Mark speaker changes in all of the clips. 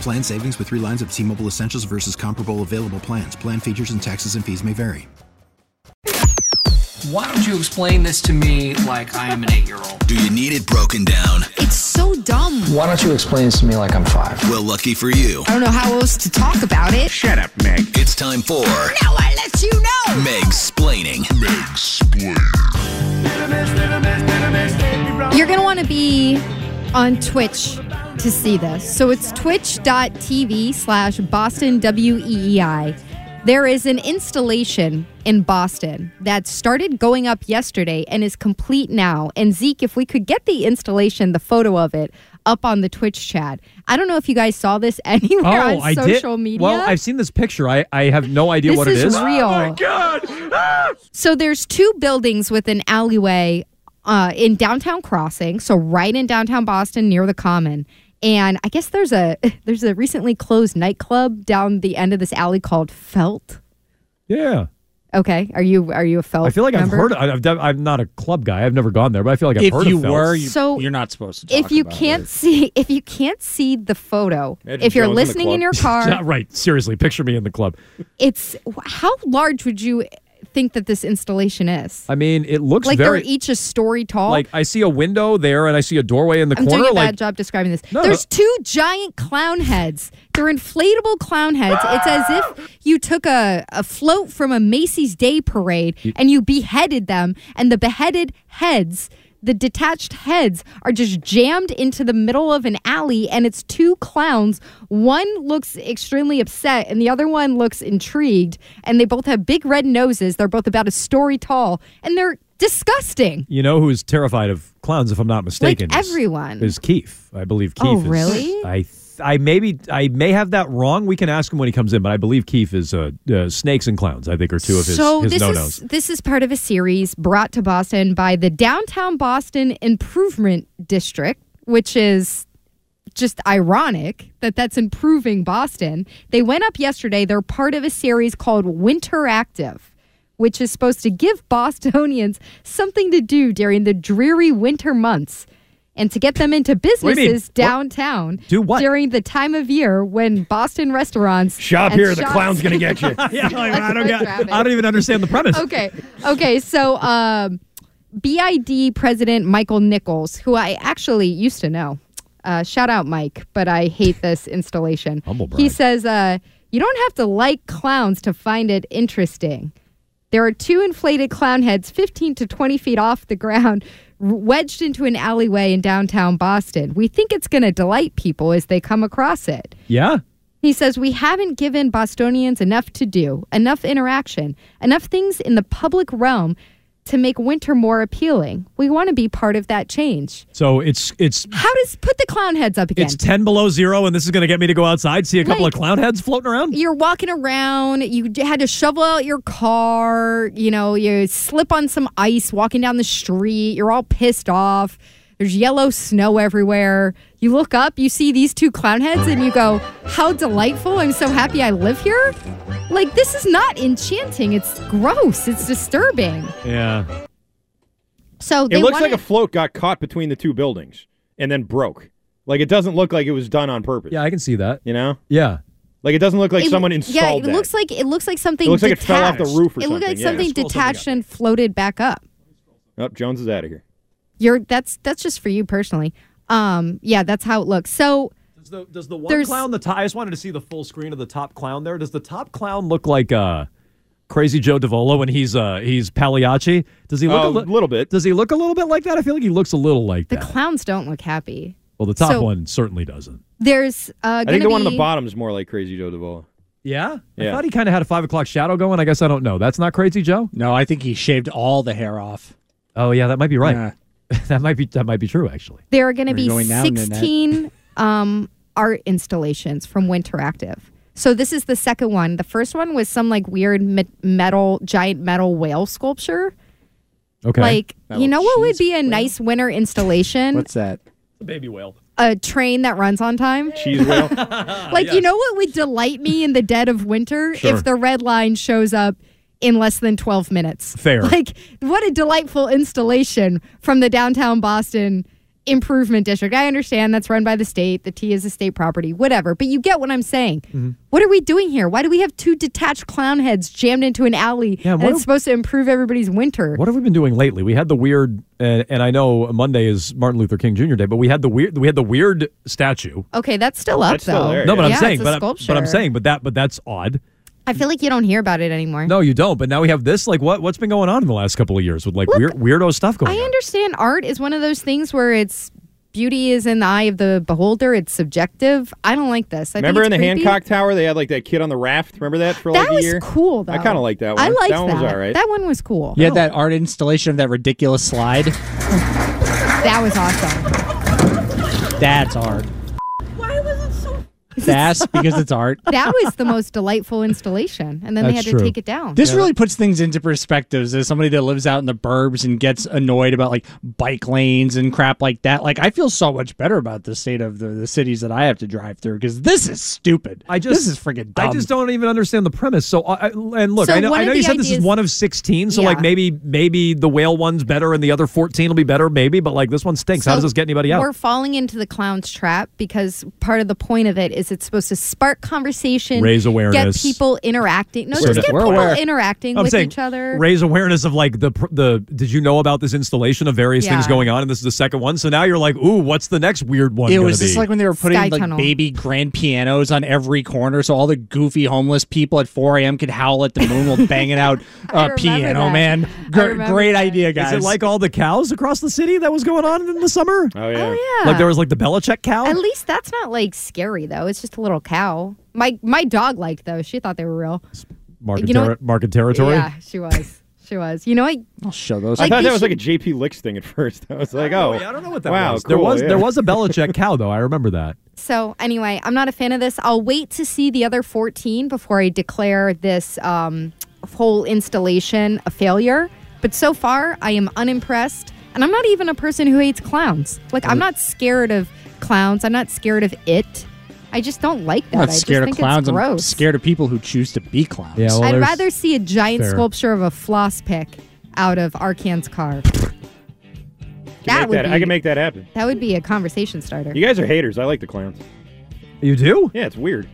Speaker 1: Plan savings with three lines of T Mobile Essentials versus comparable available plans. Plan features and taxes and fees may vary.
Speaker 2: Why don't you explain this to me like I am an eight year old?
Speaker 3: Do you need it broken down?
Speaker 4: It's so dumb.
Speaker 2: Why don't you explain this to me like I'm five?
Speaker 3: Well, lucky for you,
Speaker 4: I don't know how else to talk about it.
Speaker 5: Shut up, Meg.
Speaker 3: it's time for
Speaker 4: Now I let you know.
Speaker 3: Meg's Splaining.
Speaker 4: You're going to want to be on Twitch to see this. So it's twitch.tv slash Boston WEEI. There is an installation in Boston that started going up yesterday and is complete now. And Zeke, if we could get the installation, the photo of it, up on the Twitch chat. I don't know if you guys saw this anywhere on
Speaker 6: Oh, I
Speaker 4: social
Speaker 6: did.
Speaker 4: media.
Speaker 6: Well, I've seen this picture. I, I have no idea
Speaker 4: this
Speaker 6: what
Speaker 4: is
Speaker 6: it is.
Speaker 4: real.
Speaker 5: Oh, Ah!
Speaker 4: So there's two buildings with an alleyway uh, in downtown Crossing, so right in downtown Boston near the Common. And I guess there's a there's a recently closed nightclub down the end of this alley called Felt.
Speaker 6: Yeah.
Speaker 4: Okay, are you are you a Felt?
Speaker 6: I feel like
Speaker 4: member?
Speaker 6: I've heard. I- I've, def- I'm not a club guy. I've never gone there, but I feel like I've
Speaker 5: If
Speaker 6: heard
Speaker 5: you
Speaker 6: of Phelps.
Speaker 5: were, you,
Speaker 4: So,
Speaker 5: you're not supposed to. Talk
Speaker 4: If you
Speaker 5: about
Speaker 4: can't
Speaker 5: it.
Speaker 4: see if you can't see the photo,
Speaker 5: Imagine
Speaker 4: if you're
Speaker 5: Jones in the
Speaker 4: listening in
Speaker 5: club.
Speaker 4: your car,
Speaker 6: Yeah, right. Seriously, picture me in the club.
Speaker 4: it's how large would you think that this installation is?
Speaker 6: I mean, it looks
Speaker 4: Like
Speaker 6: very
Speaker 4: they're each a story tall.
Speaker 6: like I see a window there, and I see a doorway in the
Speaker 4: I'm
Speaker 6: corner.
Speaker 4: doing a
Speaker 6: like
Speaker 4: bad job describing this.
Speaker 6: No,
Speaker 4: There's two giant clown heads. They're inflatable clown heads. It's as if you took a, a float from a Macy's Day Parade and you beheaded them, and the beheaded heads, the detached heads, are just jammed into the middle of an alley, and it's two clowns. One looks extremely upset, and the other one looks intrigued, and they both have big red noses. They're both about a story tall, and they're disgusting.
Speaker 6: you know who's terrified of clowns, if I'm not mistaken. is-
Speaker 4: everyone.
Speaker 6: is Keith. I believe Keith.
Speaker 4: Oh,
Speaker 6: is,
Speaker 4: really?
Speaker 6: I th- I maybe I may have that wrong. We can ask him when he comes in, but I believe Keith is uh, uh, snakes and clowns. I think are two of his,
Speaker 4: so
Speaker 6: his
Speaker 4: this
Speaker 6: no-nos.
Speaker 4: is this is part of a series brought to Boston by the Downtown Boston Improvement District, which is just ironic that that's improving Boston. They went up yesterday. They're part of a series called Winter Active, which is supposed to give Bostonians something to do during the dreary winter months. And to get them into
Speaker 6: you mean?
Speaker 4: businesses
Speaker 6: What-
Speaker 4: downtown
Speaker 6: Do what?
Speaker 4: during the time of year when Boston restaurants
Speaker 7: Shop
Speaker 4: and
Speaker 7: here, the
Speaker 4: shops-
Speaker 7: clown's gonna get you.
Speaker 6: yeah, like, I don't
Speaker 4: That's
Speaker 6: get,
Speaker 4: graphic.
Speaker 6: I don't even understand the premise.
Speaker 4: okay. Okay. So, um, BID President Michael Nichols, who I actually used to know. Uh, shout out, Mike, but I hate this installation.
Speaker 6: Humble
Speaker 4: he
Speaker 6: brag.
Speaker 4: says, uh, You don't have to like clowns to find it interesting. There are two inflated clown heads 15 to 20 feet off the ground, r- wedged into an alleyway in downtown Boston. We think it's going to delight people as they come across it.
Speaker 6: Yeah.
Speaker 4: He says, We haven't given Bostonians enough to do, enough interaction, enough things in the public realm to make winter more appealing. We want to be part of that change.
Speaker 6: So it's it's
Speaker 4: How does put the clown heads up again?
Speaker 6: it's ten below zero, and this is going to get me to go outside, see a couple
Speaker 4: Like-
Speaker 6: of clown heads floating around.
Speaker 4: You're walking around, you d- had to shovel out your car, you know, you slip on some ice walking down the street, you're all pissed off. There's yellow snow everywhere. You look up, you see these two clown heads, and you go, How delightful. I'm so happy I live here. Like, this is not enchanting. It's gross. It's disturbing.
Speaker 6: Yeah.
Speaker 4: So they
Speaker 5: It looks
Speaker 4: wanted-
Speaker 5: like a float got caught between the two buildings and then broke. Like it doesn't look like it was done on purpose.
Speaker 6: Yeah, I can see that.
Speaker 5: You know,
Speaker 6: Yeah.
Speaker 5: like it doesn't look like
Speaker 4: It-
Speaker 5: someone
Speaker 4: Yeah,
Speaker 5: installed
Speaker 4: it looks
Speaker 5: that.
Speaker 4: like it looks like something.
Speaker 5: It looks like it
Speaker 4: detached.
Speaker 5: fell off the roof or
Speaker 4: It looked
Speaker 5: something,
Speaker 4: like
Speaker 5: yeah.
Speaker 4: something
Speaker 6: Scroll something
Speaker 4: detached and floated back up.
Speaker 5: oh, Jones is out of here.
Speaker 4: You're that's that's just for you personally. Um, yeah, that's how it looks. So
Speaker 6: Does the, does the one
Speaker 4: There's-
Speaker 6: clown the top? I just wanted to see the full screen of the top clown there. Does the top clown look like uh, Crazy Joe Davolo when he's uh, he's Pagliacci? Does he look
Speaker 5: Uh,
Speaker 6: a li-
Speaker 5: little bit.
Speaker 6: Does he look a little bit like that? I feel like he looks a little like
Speaker 4: The
Speaker 6: that.
Speaker 4: clowns don't look happy.
Speaker 6: well, the top
Speaker 4: so-
Speaker 6: one certainly doesn't.
Speaker 4: There's uh,
Speaker 5: I think
Speaker 4: gonna
Speaker 5: the one on
Speaker 4: be-
Speaker 5: the bottom is more like Crazy Joe Davola.
Speaker 6: Yeah, I
Speaker 5: Yeah.
Speaker 6: thought he kind of had a five o'clock shadow going. I guess I don't know. That's not Crazy Joe.
Speaker 7: No, I think he shaved all the hair off.
Speaker 6: Oh yeah, that might be right.
Speaker 7: Yeah.
Speaker 6: that might be that might be true actually.
Speaker 4: There are going to
Speaker 7: We're
Speaker 4: be
Speaker 7: going down in that.
Speaker 4: 16 um, art installations from Winteractive. So this is the second one. The first one was some like weird me- metal, giant metal whale sculpture.
Speaker 6: Okay,
Speaker 4: Like, you
Speaker 7: Metal
Speaker 4: know what would
Speaker 7: cheese
Speaker 4: be a nice winter installation?
Speaker 7: What's that?
Speaker 6: baby whale.
Speaker 4: a train that runs on time.
Speaker 5: Cheese whale.
Speaker 4: Like, you know what would delight me in the dead of winter
Speaker 6: Sure.
Speaker 4: if the red line shows up in less than 12 minutes.
Speaker 6: Fair.
Speaker 4: Like, what a delightful installation from the downtown Boston Improvement District. I understand that's run by the state, the T is a state property, whatever, but you get what I'm saying.
Speaker 6: Mm-hmm.
Speaker 4: What are we doing here? Why do we have two detached clown heads jammed into an alley
Speaker 6: Yeah,
Speaker 4: and
Speaker 6: what
Speaker 4: it's
Speaker 6: if-
Speaker 4: supposed to improve everybody's winter?
Speaker 6: What have we been doing lately? We had the weird, and, and I know Monday is Martin Luther King Jr. Day, but we had the weird, we had the weird statue.
Speaker 4: Okay, that's still up
Speaker 5: That's
Speaker 4: though.
Speaker 5: still there,
Speaker 6: No, but I'm
Speaker 4: Yeah,
Speaker 6: saying,
Speaker 4: it's a
Speaker 6: but I'm, but I'm
Speaker 4: sculpture.
Speaker 6: saying, but that, but that's odd.
Speaker 4: I feel like you don't hear about it anymore.
Speaker 6: No, you don't. But now we have this. Like, what what's been going on in the last couple of years with like weird, weirdo stuff going
Speaker 4: I
Speaker 6: on?
Speaker 4: understand art is one of those things where it's beauty is in the eye of the beholder. It's subjective. I don't like this. I think
Speaker 5: Remember
Speaker 4: it's
Speaker 5: in the
Speaker 4: creepy.
Speaker 5: Hancock Tower, they had like that kid on the raft. Remember that for like
Speaker 4: That
Speaker 5: a
Speaker 4: was
Speaker 5: year?
Speaker 4: cool though.
Speaker 5: I kinda like that
Speaker 4: I
Speaker 5: one.
Speaker 4: liked
Speaker 5: That one was all right.
Speaker 4: That one was cool.
Speaker 7: You had that art installation of that ridiculous slide.
Speaker 4: That was awesome.
Speaker 7: That's art. Why was it so? That's because it's art.
Speaker 4: That was the most delightful installation. And then they had
Speaker 6: That's
Speaker 4: to
Speaker 6: true.
Speaker 4: take it down.
Speaker 7: This really puts things into perspectives as somebody that lives out in the burbs and gets annoyed about like bike lanes and crap like that. Like I feel so much better about the state of the, the cities that I have to drive through because this is stupid.
Speaker 6: I just
Speaker 7: this is freaking dumb.
Speaker 6: I just don't even understand the premise. So, I, I- and look,
Speaker 4: So
Speaker 6: I know,
Speaker 4: one
Speaker 6: I
Speaker 4: of
Speaker 6: know you
Speaker 4: the
Speaker 6: said this is
Speaker 4: ideas-
Speaker 6: one of sixteen. So, like,
Speaker 4: Yeah.
Speaker 6: maybe maybe the whale one's better, and the other fourteen will be better, maybe. But like, this one stinks. How does
Speaker 4: So
Speaker 6: this get anybody out?
Speaker 4: We're falling into the clown's trap because part of the point of it is it's supposed to spark conversation,
Speaker 6: Raise awareness.
Speaker 4: get people interacting. No,
Speaker 6: We're-
Speaker 4: just get
Speaker 7: we're
Speaker 4: people
Speaker 7: aware.
Speaker 4: interacting
Speaker 6: I'm
Speaker 4: with
Speaker 6: saying
Speaker 4: each other.
Speaker 6: raise awareness of like the pr- the did you know about this installation of various things
Speaker 4: Yeah.
Speaker 6: going on and this is the second one so now you're like ooh what's the next weird one
Speaker 7: It
Speaker 6: gonna
Speaker 7: was just
Speaker 6: be?
Speaker 7: like when they were putting
Speaker 4: Sky
Speaker 7: like
Speaker 4: tunnel.
Speaker 7: baby grand pianos on every corner, so all the goofy homeless people at 4 a.m. could howl at the moon while banging out uh,
Speaker 4: remember
Speaker 7: piano
Speaker 4: that.
Speaker 7: man.
Speaker 4: I
Speaker 7: Gr-
Speaker 4: remember
Speaker 7: great
Speaker 4: that.
Speaker 7: idea, guys.
Speaker 6: is it like all the cows across the city that was going on in the summer
Speaker 5: Oh yeah.
Speaker 4: yeah.
Speaker 6: like there was like the Belichick
Speaker 7: Oh.
Speaker 6: cow
Speaker 4: At least that's not like scary though. It's just a little cow. My my dog liked those. She thought they were real.
Speaker 6: market,
Speaker 4: you know
Speaker 6: terri-
Speaker 4: what-
Speaker 6: market territory
Speaker 4: Yeah, she was. she was. You know what?
Speaker 7: I'll show those.
Speaker 5: I
Speaker 4: Like
Speaker 5: thought
Speaker 4: they
Speaker 5: that was like a
Speaker 4: should-
Speaker 5: JP Licks thing at first. I was like, oh,
Speaker 6: I don't know what that
Speaker 5: wow,
Speaker 6: was. there
Speaker 5: cool,
Speaker 6: was
Speaker 5: yeah.
Speaker 6: there was a Belichick cow though. I remember that.
Speaker 4: So anyway, I'm not a fan of this. I'll wait to see the other 14 before I declare this um, whole installation a failure. But so far, I am unimpressed, and I'm not even a person who hates clowns. Like I'm
Speaker 7: Mm.
Speaker 4: not scared of clowns. I'm not scared of it. I just don't like that.
Speaker 7: I'm
Speaker 4: I
Speaker 7: not
Speaker 4: just
Speaker 7: scared of
Speaker 4: think it's
Speaker 7: clowns. I'm
Speaker 4: gross.
Speaker 7: scared of people who choose to be clowns.
Speaker 6: Yeah, well,
Speaker 4: I'd
Speaker 6: there's-
Speaker 4: rather see a giant
Speaker 6: Fair.
Speaker 4: sculpture of a floss pick out of Arcan's car. that
Speaker 5: Make
Speaker 4: would
Speaker 5: that-
Speaker 4: be,
Speaker 5: I can make that happen.
Speaker 4: that would be a conversation starter.
Speaker 5: You guys are haters. I like the clowns.
Speaker 6: You do?
Speaker 5: Yeah, it's weird.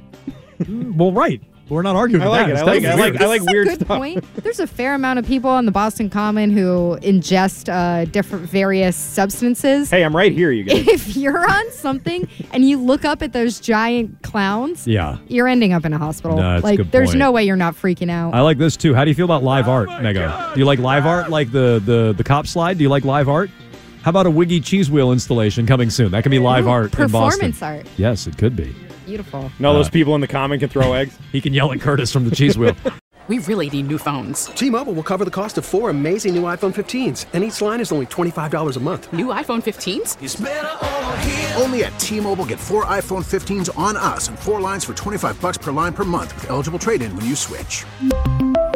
Speaker 6: Well, right. We're not arguing.
Speaker 5: I
Speaker 6: with
Speaker 5: like
Speaker 6: that.
Speaker 5: it. I
Speaker 6: That's
Speaker 5: like it. I
Speaker 6: weird.
Speaker 5: like. I like
Speaker 4: That's a
Speaker 5: weird
Speaker 4: good
Speaker 5: stuff.
Speaker 4: point. There's a fair amount of people on the Boston Common who ingest uh, different various substances.
Speaker 5: Hey, I'm right here, you guys.
Speaker 4: If you're on something and you look up at those giant clowns,
Speaker 6: Yeah.
Speaker 4: you're ending up in a hospital.
Speaker 6: No, that's a
Speaker 4: like
Speaker 6: good
Speaker 4: there's
Speaker 6: point.
Speaker 4: no way you're not freaking out.
Speaker 6: I like this too. How do you feel about
Speaker 5: Oh
Speaker 6: live art, Mega? Do you like live art, like the the the cop slide? Do you like live art? How about a Wiggy cheese wheel installation coming soon? That can be live
Speaker 4: Ooh,
Speaker 6: art in
Speaker 4: performance
Speaker 6: Boston.
Speaker 4: art.
Speaker 6: Yes, it could be.
Speaker 4: Beautiful.
Speaker 5: And all those
Speaker 6: Uh-huh.
Speaker 5: people in the common can throw eggs.
Speaker 6: He can yell at Curtis from the cheese wheel.
Speaker 8: We really need new phones.
Speaker 9: T-Mobile will cover the cost of four amazing new iPhone 15s, and each line is only $25 a month.
Speaker 8: New iPhone 15s?
Speaker 10: Only at T-Mobile, get four iPhone 15s on us and four lines for 25 bucks per line per month with eligible trade-in when you switch.